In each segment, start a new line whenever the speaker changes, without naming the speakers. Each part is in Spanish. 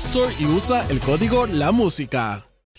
Store y usa el código La Música.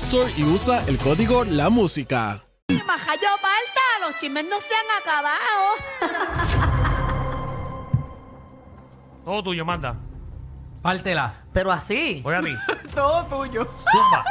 Store y usa el código La Música.
Majayo Balta, los chismes no se han acabado.
Todo tuyo, manda.
Pártela.
Pero así.
Voy a ti.
Todo tuyo.
Zumba.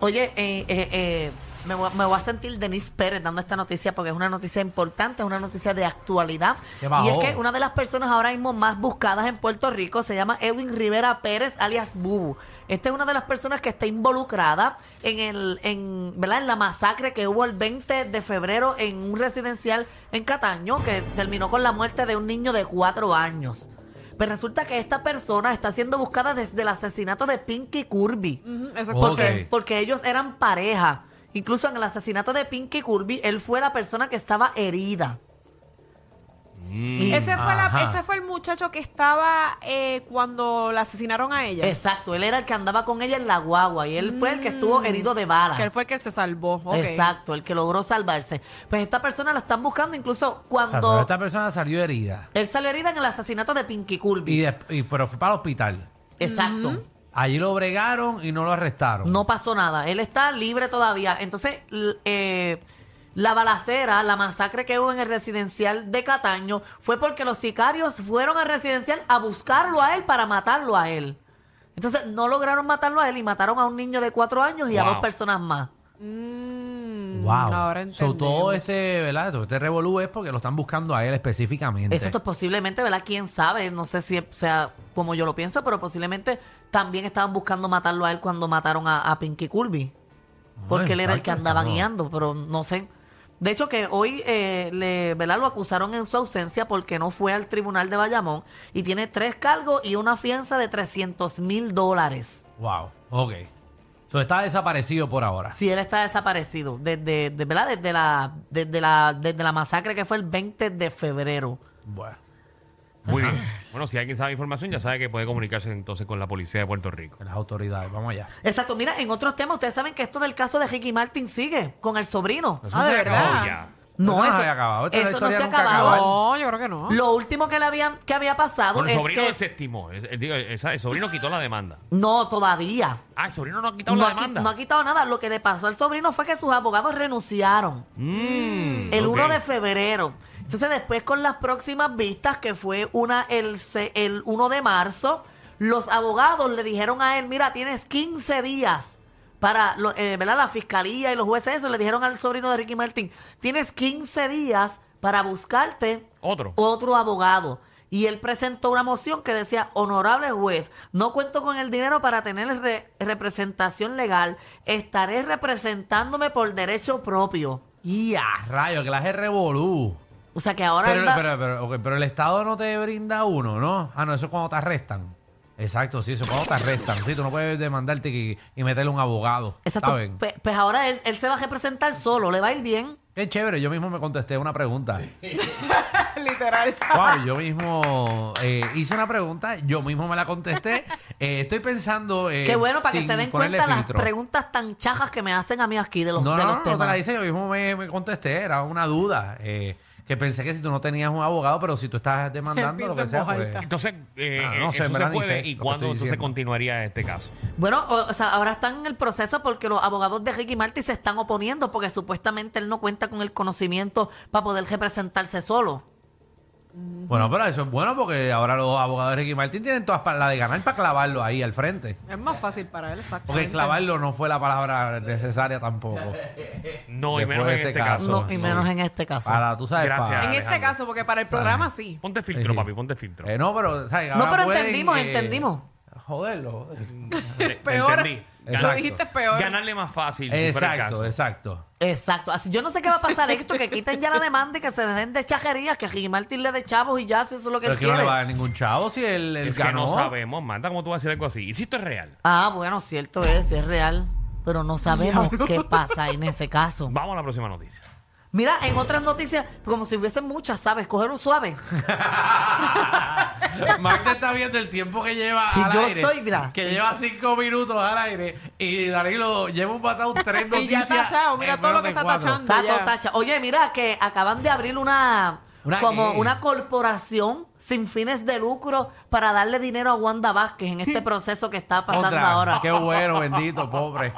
Oye, eh, eh, eh, me, voy, me voy a sentir Denise Pérez dando esta noticia porque es una noticia importante, es una noticia de actualidad.
Qué bajón.
Y es que una de las personas ahora mismo más buscadas en Puerto Rico se llama Edwin Rivera Pérez, alias Bubu. Esta es una de las personas que está involucrada en el, en, ¿verdad? en la masacre que hubo el 20 de febrero en un residencial en Cataño que terminó con la muerte de un niño de cuatro años. Pero resulta que esta persona está siendo buscada desde el asesinato de Pinky Kirby.
Ujú, Eso es
Ok.
Porque,
correcto.
porque ellos eran pareja. Incluso en el asesinato de Pinky Kirby, él fue la persona que estaba herida.
Mm.
Y-
Ese fue, la-
Ah.
Ajá. Ah,
ese fue el muchacho que estaba eh, cuando la asesinaron a ella.
exacto, él era el que andaba con ella en la guagua y él fue el que estuvo herido de bala.
Mm. Que él fue el que se salvó. ok.
Exacto, el que logró salvarse. Pues esta persona la están buscando incluso
Ah,
cuando
pero esta persona salió herida.
él salió herida en el asesinato de Pinky
Y,
Kirby.
des- y- pero fue para el hospital.
Exacto.
Allí lo bregaron y no lo arrestaron.
No pasó nada. Él está libre todavía. Entonces, l- eh, la balacera, la masacre que hubo en el residencial de Cataño fue porque los sicarios fueron al residencial a buscarlo a él para matarlo a él. Entonces, no lograron matarlo a él y mataron a un niño de cuatro años y a
Wow.
dos personas más.
Mm,
Wow.
Ahora
So, todo
entendemos.
este, ¿verdad? Todo este revolú es porque lo están buscando a él específicamente.
Esto posiblemente, ¿verdad? ¿Quién sabe? No sé si sea como yo lo pienso, pero posiblemente también estaban buscando matarlo a él cuando mataron a, a Pinky Kirby. Porque él era el que
exacto,
andaba
no.
guiando, pero no sé. De hecho, que hoy eh, le, ¿verdad? lo acusaron en su ausencia porque no fue al tribunal de Bayamón y tiene tres cargos y una fianza de 300 mil dólares.
Wow. Ok. So, está desaparecido por ahora.
Si él está desaparecido desde, de- ¿verdad? Desde, la, desde, la, desde la masacre que fue el 20 de febrero.
Bueno.
Muy bien. Bueno, si alguien sabe información, ya sabe que puede comunicarse entonces con la policía de Puerto Rico.
Ah,
con Las autoridades. Vamos allá.
Exacto, mira, en otros temas, ustedes saben que esto del caso de Ricky Martin sigue con el sobrino.
Eso
Ah, ¿de
se acabó
verdad?
oh, ya.
No,
no
eso,
se había acabado. Esta
eso no
historia
se
nunca
acababa.
acabó.
No, yo creo que no.
Lo último que, le habían, que había pasado
Bueno, el
es
sobrino
que...
del séptimo. El, el- digo, el- el sobrino quitó la demanda.
No, todavía.
Ah, el sobrino no ha quitado
No
la
ha, qui-
demanda.
no ha quitado nada. Lo que le pasó al sobrino fue que sus abogados renunciaron
Mm,
el
ok.
1 de febrero. Entonces después con las próximas vistas, que fue una el, se- el 1 de marzo, los abogados le dijeron a él, mira, tienes 15 días para, lo- eh, ¿verdad? La fiscalía y los jueces, eso le dijeron al sobrino de Ricky Martin, tienes 15 días para buscarte
Otro.
otro abogado. Y él presentó una moción que decía, honorable juez, no cuento con el dinero para tener re- representación legal, estaré representándome por derecho propio.
Y a rayo, que las es revolú.
O sea que ahora...
Pero,
él va-
pero- pero- ok, pero el Estado no te brinda uno, ¿no? Ah, no, eso es cuando te arrestan. Exacto, sí, eso es cuando te arrestan. Sí, tú no puedes demandarte y, y meterle a un abogado.
Exacto.
¿Saben?
Pe- Pues ahora él, él se va a representar solo, le va a ir bien.
Qué chévere, yo mismo me contesté una pregunta.
Literal.
Wow, yo mismo eh, hice una pregunta, yo mismo me la contesté. Eh, estoy pensando. eh,
Qué bueno para que
sin
se den
ponerle
cuenta las
filtro.
preguntas tan chajas que me hacen a mí aquí de los,
No, no,
de los
no, te
temas.
la hice, yo mismo me, me contesté, era una duda. eh, que pensé que si tú no tenías un abogado, pero si tú estás demandando lo
Piensa
que
en
sea,
voz
pues,
alta.
Entonces, eh,
Ah, no sé,
eso
en
se
verdad ni sé
puede.
lo
¿Y
que
cuándo
estoy
entonces
diciendo.
continuaría este caso?
Bueno, o, o sea, ahora están en el proceso porque los abogados de Ricky Martin se están oponiendo porque supuestamente él no cuenta con el conocimiento para poder representarse solo.
Bueno, pero eso es bueno porque ahora los abogados de Ricky Martin tienen todas para la de ganar para clavarlo ahí al frente.
Es más fácil para él, exacto.
Porque clavarlo no fue la palabra necesaria tampoco.
No, y
Después
menos
de
en
este
este
caso.
caso.
No, y menos en este caso.
Para, tú sabes,
Gracias.
para-
En este
Alejandro.
caso, porque para el programa sí.
Ponte filtro,
Sí.
papi, ponte filtro.
Eh, no, pero, ¿sabes?
No,
Ahora
pero
pueden,
entendimos,
eh,
entendimos.
Joderlo, joder.
Te- te
Peor.
Eh, entendí.
Lo
Exacto.
dijiste peor.
Ganarle más fácil. si fuera el
Exacto,
caso.
exacto.
Exacto. Así, yo no sé qué va a pasar esto, que quiten ya la demanda y que se dejen de chajerías, que Ricky Martin le dé chavos y ya, si eso es lo que
Pero
él
es que no
quiere.
le va a dar ningún chavo si él, él
Es que
ganó.
no sabemos, Manda, ¿cómo tú vas a decir algo así? ¿Y si esto es real?
Ah, bueno, cierto es, es real. Pero no sabemos
Diablo.
qué pasa en ese caso.
Vamos a la próxima noticia.
Mira, en otras noticias, como si hubiesen muchas, ¿sabes? Coger un suave.
Magda está viendo el tiempo que lleva
Y
al
yo
aire.
soy gra-
Que lleva cinco minutos al aire. Y Danilo lleva un batado tres
Y ya
noticias.
tachado, mira
en
todo
menos
lo que
de
está
cuatro.
tachando.
Tato,
Ya.
tacha. Oye, mira que acaban de abrir una,
¿Una
como
qué?
una corporación sin fines de lucro para darle dinero a Wanda Vázquez en este proceso que está pasando
Contra,
ahora.
Qué bueno, bendito, pobre.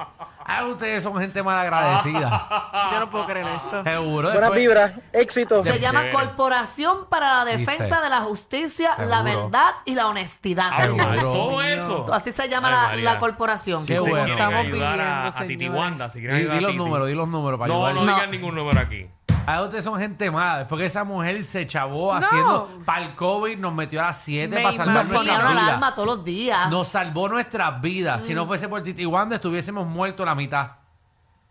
Ah, ustedes son gente mal agradecida.
Ah.
Yo no puedo creer esto.
Seguro.
Buenas
después-
vibras, éxito.
Se llama
Chévere.
Corporación para la Defensa
¿Viste?
de la Justicia, la
Seguro.
verdad y la honestidad.
Ay,
Seguro.
Ah, pasó eso.
Así se llama
Ay,
la,
María.
la corporación.
ustedes
Qué bueno.
quieren
Estamos
ayudar a,
pidiendo,
a Titi
señores.
Wanda, si
Di,
quieren ayudar
di
a
los
Titi.
números, di los números para
No, no
ayudarle.
digan ningún número aquí.
Ah, ustedes son gente mala. Después que esa mujer se chavó haciendo. Para el COVID nos metió a las 7
Me
para
Nos
salvar
imagino.
nuestra
ponían
vida.
alarma todos los días.
Nos salvó nuestras vidas.
Mm.
Si no fuese por Titi Wanda, estuviésemos muertos la mitad.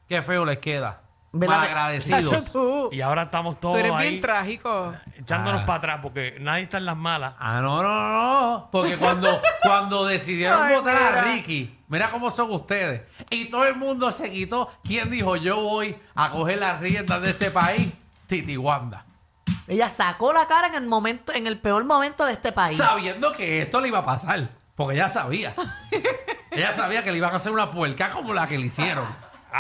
Qué feo les queda.
¿Verdad?
Tacho,
Malagradecidos.
tú.
Y ahora estamos
Tú
todos
eres
ahí
bien trágico.
echándonos
Ah.
para atrás porque nadie está en las malas.
Ah, no, no, no. no. Porque cuando, cuando decidieron
Ay,
votar a
mira.
Ricky, mira cómo son ustedes. Y todo el mundo se quitó. ¿Quién dijo yo voy a coger las riendas de este país? Titi Wanda.
Ella sacó la cara en el momento, en el peor momento de este país.
Sabiendo que esto le iba a pasar. Porque ella sabía. ella sabía que le iban a hacer una puerca como la que le hicieron.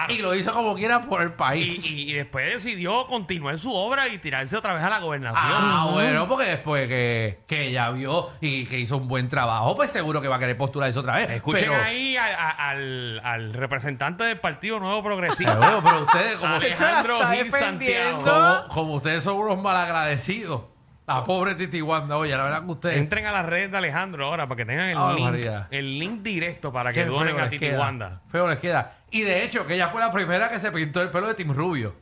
Y lo hizo como quiera por el país.
Ah. Y, y- y después decidió continuar su obra y tirarse otra vez a la gobernación.
Ah, bueno, porque después que, que ella vio y que hizo un buen trabajo, pues seguro que va a querer postular eso otra vez.
Escuchen
pero,
ahí a- a- al, al representante del Partido Nuevo Progresista.
Seguro, pero ustedes, como,
Ah, Alejandro
Chacho, la está
Gil Santiago.
defendiendo.
como- como ustedes son unos malagradecidos, la pobre Titi Wanda, oye, la verdad que ustedes...
Entren a las redes de Alejandro ahora para que tengan el,
Ay,
link,
María.
el link directo para que
qué
donen
feo
a
les
Titi
queda,
Wanda.
Feo les queda. Y de hecho, que ella fue la primera que se pintó el pelo de Tim Rubio.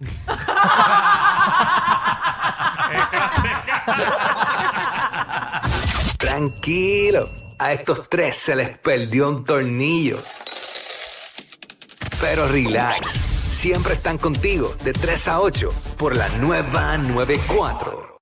Tranquilo, a estos tres se les perdió un tornillo. Pero relax, siempre están contigo de 3 a 8 por la nueva 94.